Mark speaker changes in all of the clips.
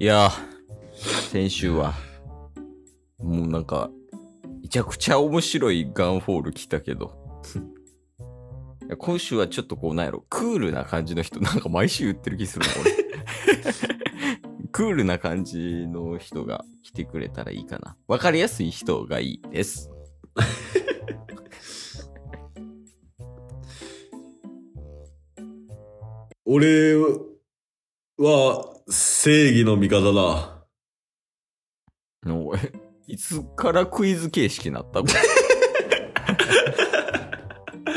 Speaker 1: いやー、先週は、もうなんか、めちゃくちゃ面白いガンフォール来たけど、 いや今週はちょっとこう、なんやろ、クールな感じの人、なんか毎週言ってる気するな、俺。クールな感じの人が来てくれたらいいかな。わかりやすい人がいいです。
Speaker 2: 俺は正義の味方だ。
Speaker 1: おいいつからクイズ形式になったこれ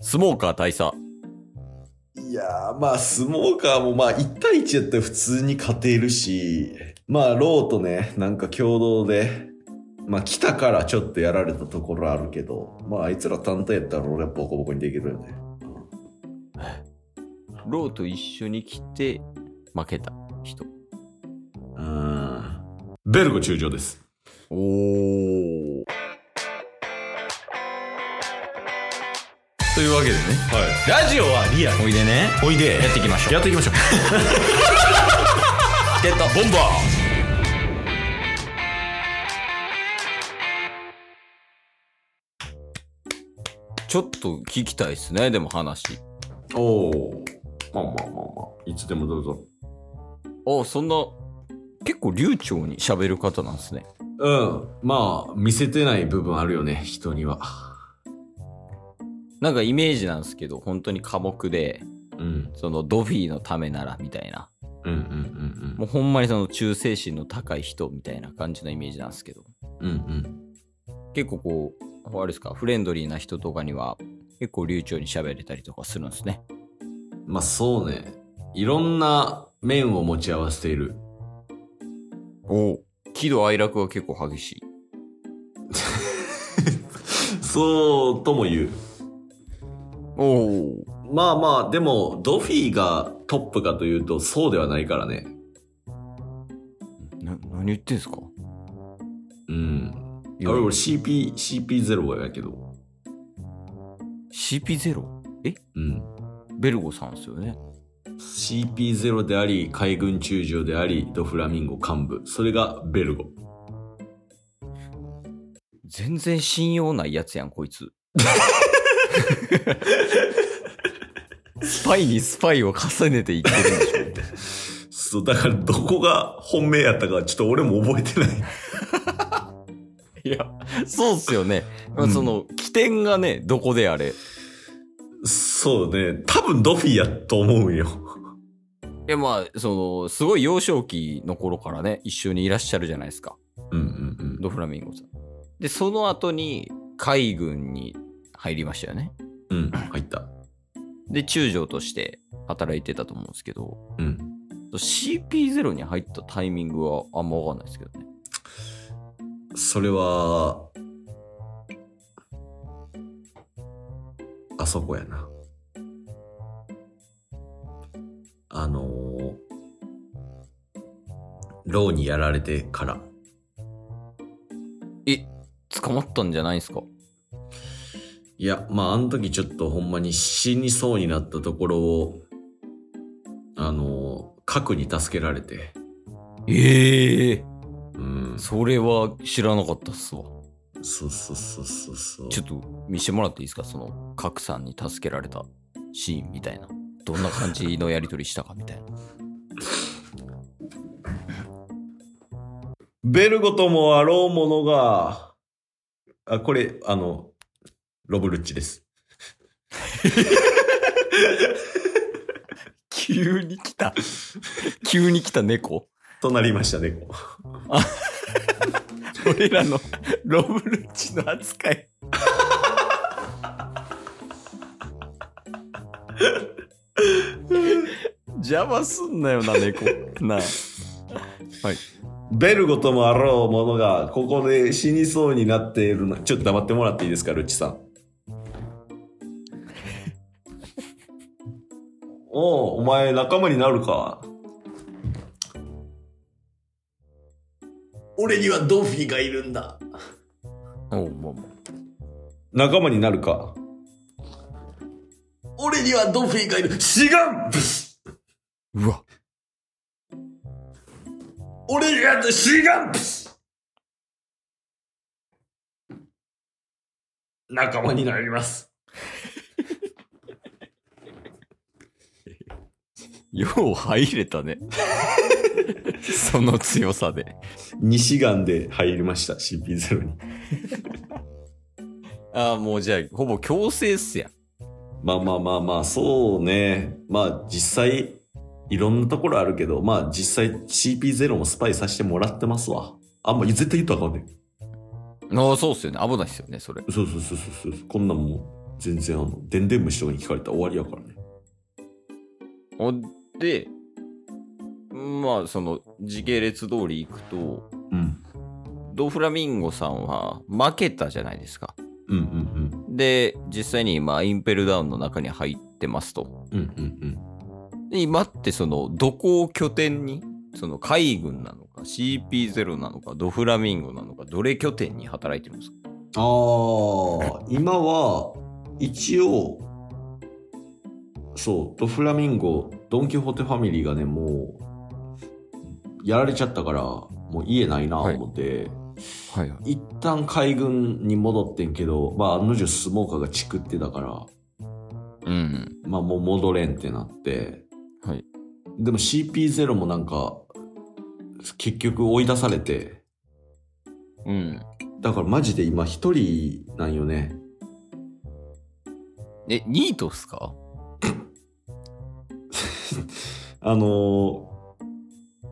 Speaker 1: スモーカー大佐。
Speaker 2: いやー、まあ、スモーカーもまあ、1対1やったら普通に勝てるし、まあ、ローとね、なんか共同で、まあ、来たからちょっとやられたところあるけど、まあ、あいつら単体やったら俺はボコボコにできるよね。
Speaker 1: ローと一緒に来て負けた人。
Speaker 2: うーん。ベルゴ中将です。
Speaker 1: おー。
Speaker 2: というわけでね、はい。ラジオはリアル。
Speaker 1: おいでね。
Speaker 2: おいで
Speaker 1: やっていきましょう。
Speaker 2: っていきましょう。
Speaker 1: ってた。ボンバーちょっと聞きたいですね、でも話。
Speaker 2: おお。まあまあまあまあ。いつでもどうぞ。
Speaker 1: あそんな、結構流暢に喋る方なんですね。
Speaker 2: うん。まあ、見せてない部分あるよね、人には。
Speaker 1: なんかイメージなんですけど、本当に寡黙で、
Speaker 2: うん。
Speaker 1: そのドフィーのためならみたいな。
Speaker 2: うんうん
Speaker 1: もうほんまにその忠誠心の高い人みたいな感じのイメージなんですけど。
Speaker 2: うんうん。うんうん。
Speaker 1: 結構こう、あれですか、フレンドリーな人とかには、結構流暢に喋れたりとかするんですね。
Speaker 2: まあそうね。いろんな面を持ち合わせている。
Speaker 1: おお。喜怒哀楽は結構激しい。
Speaker 2: そうとも言う。
Speaker 1: おお。
Speaker 2: まあまあ、でも、ドフィーがトップかというと、そうではないからね。
Speaker 1: な、何言ってんすか
Speaker 2: うん。俺、俺 CP、CP0 やけど。
Speaker 1: CP0? え
Speaker 2: うん。
Speaker 1: ベルゴさんですよね。
Speaker 2: CP0 であり、海軍中将であり、ドフラミンゴ幹部。それがベルゴ。
Speaker 1: 全然信用ないやつやん、こいつ。スパイにスパイを重ねていってるんでしょ
Speaker 2: そう、だからどこが本命やったか、ちょっと俺も覚えてない。
Speaker 1: いや、そうっすよね。
Speaker 2: うん
Speaker 1: その、起点がね、どこであれ。い
Speaker 2: そうね。多分ドフィーやと思うよ。
Speaker 1: や、まあ、その、すごい幼少期の頃からね、一緒にいらっしゃるじゃないですか。
Speaker 2: うんうん
Speaker 1: ドフラミンゴさん。で、その後に、海軍に入りましたよね。
Speaker 2: うん。うん、入った。
Speaker 1: で、中将として働いてたと思うんですけど、
Speaker 2: うん。
Speaker 1: CP0 に入ったタイミングはあんまわかんないですけどね。
Speaker 2: それは、あそこやな。あのー、ローにやられてから。
Speaker 1: え、捕まったんじゃないですか
Speaker 2: いや、まあ、あの時ちょっとほんまに死にそうになったところを、あのー、核に助けられて。
Speaker 1: ええ
Speaker 2: うん。
Speaker 1: それは知らなかったっすわ。
Speaker 2: そうそうそうそうそう。
Speaker 1: ちょっと見せてもらっていいですかその、賀来さんに助けられたシーンみたいな。どんな感じのやり取りしたかみたいな。
Speaker 2: ベルゴともあろうものが、あ、これ、あの、ロブルッチです。
Speaker 1: 急に来た。急に来た猫。
Speaker 2: となりましたね。こ
Speaker 1: 俺らのロブルッチの扱い。邪魔すんなよな、猫。なあ。
Speaker 2: うベルゴともあろうものが、ここで死にそうになっているの。ちょっと黙ってもらっていいですか、ルッチさん。 おうお前仲間になるか。俺にはドフィーがいるんだ。
Speaker 1: おうもうもう
Speaker 2: 仲間になるか俺にはドフィーがいる違う
Speaker 1: うわ。
Speaker 2: 俺がシガンプス仲間になります。
Speaker 1: よう入れたね。その強さで。
Speaker 2: 西岸で入りました、CP0 に。
Speaker 1: ああ、もうじゃあ、ほぼ強制っすやん。
Speaker 2: まあまあまあまあ、そうね。まあ実際、いろんなところあるけど、まあ実際 CP0 もスパイさせてもらってますわ。あんま絶対言ったらあかんね
Speaker 1: ああ、そうっすよね。危ないっすよね、それ。
Speaker 2: そうそうそうそうそう。こんなんもう全然あの、でんでん虫とかに聞かれたら終わりやからね。
Speaker 1: ほんで、まあ、その、時系列通り行くと、
Speaker 2: うん。
Speaker 1: ドフラミンゴさんは負けたじゃないですか。
Speaker 2: うんうん
Speaker 1: で、実際に今、インペルダウンの中に入ってますと。
Speaker 2: うん。うんうん
Speaker 1: で今って、その、どこを拠点に、その、海軍なのか、CP0 なのか、ドフラミンゴなのか、どれ拠点に働いてるんですか
Speaker 2: うん。ああ、今は、一応、そう、ドフラミンゴ、ドン・キホーテファミリーがね、もう、やられちゃったから、もう家ないな、思って。
Speaker 1: はいはい。
Speaker 2: 一旦海軍に戻ってんけど、まあ、案の定スモーカーがチクってたから、
Speaker 1: うん。
Speaker 2: まあ、もう戻れんってなって、
Speaker 1: はい。
Speaker 2: でも CP0 もなんか、結局追い出されて、
Speaker 1: うん。
Speaker 2: だからマジで今一人なんよね。
Speaker 1: え、ニートっすか
Speaker 2: あのー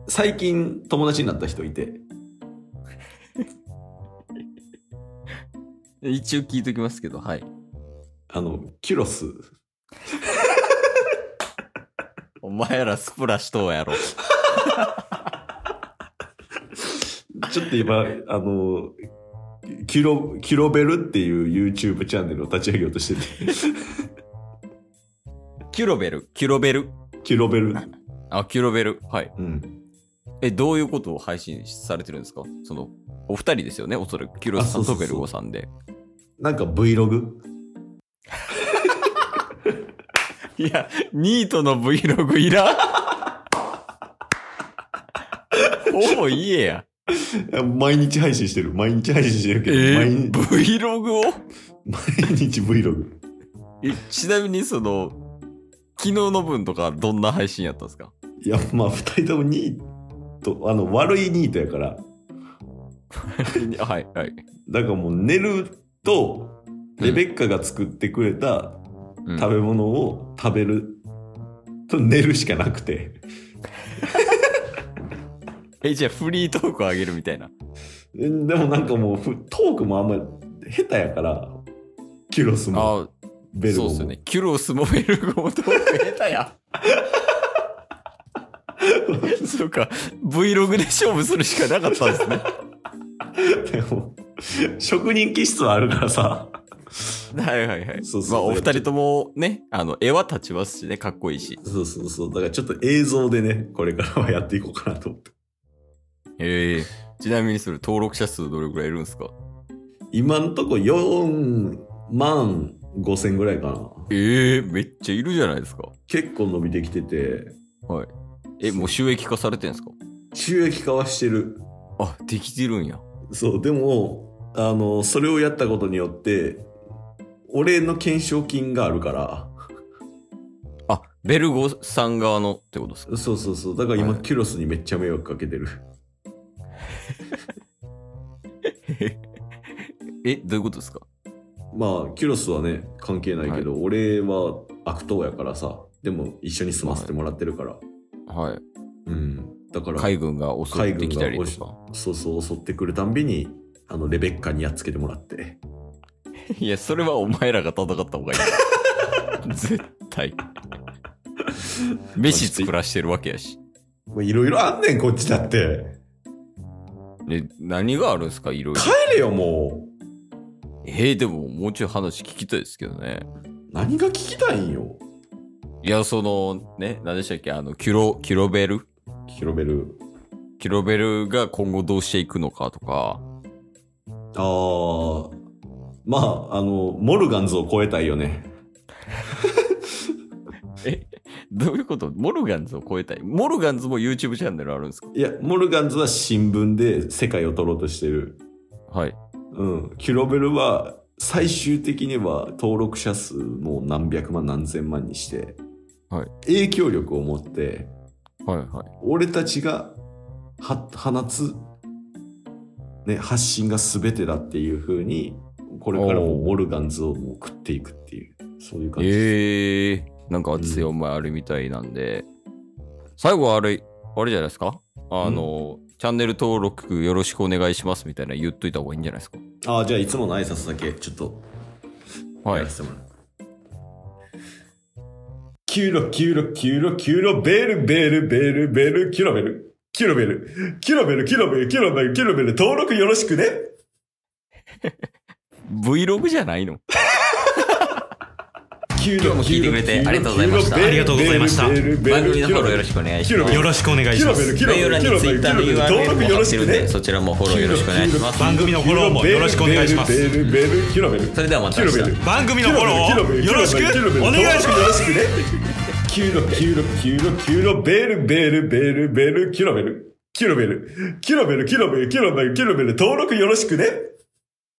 Speaker 2: 最近友達になった人いて、
Speaker 1: 一応聞いときますけど、はい。
Speaker 2: あの、キュロス。
Speaker 1: お前らスプラしとうやろ。
Speaker 2: ちょっと今、 あのーキュロ、キュロベルっていう YouTube チャンネルを立ち上げようとして て、
Speaker 1: キュロベル、キュロベル。
Speaker 2: キュロベル。
Speaker 1: あ、キュロベル。はい。
Speaker 2: うん。
Speaker 1: え、どういうことを配信されてるんですかその、お二人ですよね、おそらく。キュロスさ
Speaker 2: あ
Speaker 1: ん
Speaker 2: そう
Speaker 1: と
Speaker 2: そうそう
Speaker 1: ベルゴさんで。
Speaker 2: なんか Vlog?
Speaker 1: いや、ニートの Vlog いらん。ほぼ言えや。
Speaker 2: 毎日配信してる。毎日配信してる
Speaker 1: え
Speaker 2: けど、
Speaker 1: ー、Vlog を
Speaker 2: 毎日毎日 Vlog。
Speaker 1: えちなみにその、昨日の分とかどんな配信やったんですか
Speaker 2: いや、まあ、二人ともニート、あの、悪いニートやから、
Speaker 1: はい、はい。
Speaker 2: だからもう寝ると、レベッカが作ってくれた
Speaker 1: うん
Speaker 2: 食べ物を食べる、と寝るしかなくて。
Speaker 1: え、じゃあフリートークあげるみたいな。
Speaker 2: でもなんかもう、ふトークもあんまり下手やから、キュロスも
Speaker 1: あ
Speaker 2: ベル
Speaker 1: そう
Speaker 2: ゴ
Speaker 1: っ
Speaker 2: も
Speaker 1: すよね。キュロスもベルゴもトーク下手 や。そうか、Vlog で勝負するしかなかったんです ね。
Speaker 2: でも 職人気質はあるからさ。
Speaker 1: はいはいはい。
Speaker 2: そうそ
Speaker 1: ま
Speaker 2: う
Speaker 1: あ、お二人ともね、あの、絵は立ちますしね、かっこいいし。
Speaker 2: そうそうそう。だからちょっと映像でね、これからはやっていこうかなと思って。
Speaker 1: ええちなみにそれ登録者数どれぐらいいるんですか
Speaker 2: 今んとこ4万5千ぐらいかな。
Speaker 1: ええめっちゃいるじゃないですか。
Speaker 2: 結構伸びてきてて、
Speaker 1: はい。え、もう収益化されてんですか
Speaker 2: 収益化はしてる。
Speaker 1: あ、できてるんや。
Speaker 2: そう、でも、あの、それをやったことによって、俺の懸賞金があるから、
Speaker 1: あ、ベルゴさん側のってことですか
Speaker 2: そうそうそう。だから今、
Speaker 1: はい
Speaker 2: キュロスにめっちゃ迷惑かけてる。
Speaker 1: え、どういうことですか
Speaker 2: まあ、キュロスはね、関係ないけど、俺は悪党やからさ、でも一緒に住ませてもらってるから。
Speaker 1: はい。
Speaker 2: うん。だから、
Speaker 1: 海軍が襲ってきたりとか。
Speaker 2: そうそう襲ってくるたんびにあのレベッカにやっつけてもらって
Speaker 1: いや、それはお前らが戦った方がい い。絶対。飯作らしてるわけやし。
Speaker 2: もういろいろあんねんこっちだって
Speaker 1: ね、何があるんすかいろいろ。
Speaker 2: 帰れよもう
Speaker 1: えー、でももうちょい話聞きたいですけどね。
Speaker 2: 何が聞きたいんよ
Speaker 1: いや、その、ね、何でしたっけあの、キュロ、キュロベル
Speaker 2: 広める
Speaker 1: キュロベルが今後どうしていくのかとか。
Speaker 2: あーまああのモルガンズを超えたいよね
Speaker 1: どういうことモルガンズを超えたい。モルガンズも YouTube チャンネルあるんですか
Speaker 2: いや、モルガンズは新聞で世界を取ろうとしてる。
Speaker 1: はい。
Speaker 2: うん。キュロベルは最終的には登録者数もう何百万何千万にして、
Speaker 1: はい
Speaker 2: 影響力を持って、
Speaker 1: はいはい。
Speaker 2: 俺たちがは放つ、ね、発信が全てだっていう風に、これからも
Speaker 1: おー
Speaker 2: モルガンズをもう食っていくっていう、そういう感じです。
Speaker 1: ええー、なんか熱い思いあるみたいなんで、最後はあれ、あれじゃないですかあの、チャンネル登録よろしくお願いしますみたいな言っといた方がいいんじゃないですか
Speaker 2: ああ、じゃあいつもの挨拶だけちょっと
Speaker 1: は
Speaker 2: や
Speaker 1: い
Speaker 2: ら。せてもらう。キュロキュロキュロキュロベルベルベルベルキュロベルキュロベルキュロベルキュロベルキュロベルキュロベル登録よろしくね
Speaker 1: Vlog じゃないの
Speaker 2: キュ
Speaker 3: 今日も聞いてくれてありがとうございましたありがとうございました
Speaker 2: 番
Speaker 3: 番組のフォローよろしくお願いします
Speaker 2: キュロ
Speaker 3: よ
Speaker 2: ベル
Speaker 3: ろし
Speaker 2: キュロベル
Speaker 3: くお願いします概要欄に Twitter の URL も貼ってるんでそちらもフォローよろしくお願いします
Speaker 2: 番
Speaker 3: 番
Speaker 2: 組
Speaker 3: 組
Speaker 2: のフォ
Speaker 3: のフォ
Speaker 2: ロ
Speaker 3: ロ
Speaker 2: ー
Speaker 3: ー
Speaker 2: も
Speaker 3: も
Speaker 2: よ
Speaker 3: よ
Speaker 2: ろ
Speaker 3: ろ
Speaker 2: し
Speaker 3: し
Speaker 2: く
Speaker 3: く
Speaker 2: お
Speaker 3: お
Speaker 2: 願
Speaker 3: 願
Speaker 2: い
Speaker 3: い
Speaker 2: し
Speaker 3: し
Speaker 2: ま
Speaker 3: ますす
Speaker 2: キュロベル
Speaker 3: それではまた明日
Speaker 2: 番
Speaker 3: 番
Speaker 2: 組の
Speaker 3: 組の
Speaker 2: フォ
Speaker 3: フォ
Speaker 2: ロ
Speaker 3: ロ
Speaker 2: ーを
Speaker 3: ーを
Speaker 2: よ
Speaker 3: よ
Speaker 2: ろ
Speaker 3: ろ
Speaker 2: し
Speaker 3: し
Speaker 2: く
Speaker 3: く
Speaker 2: お
Speaker 3: お
Speaker 2: 願
Speaker 3: 願
Speaker 2: い
Speaker 3: い
Speaker 2: し
Speaker 3: し
Speaker 2: ま
Speaker 3: ます
Speaker 2: キュロキュロキュロキュロベルベルベルベルキュロベルキュロベルキュロベルキュロベルキュロベルキュロベル登録よろしくね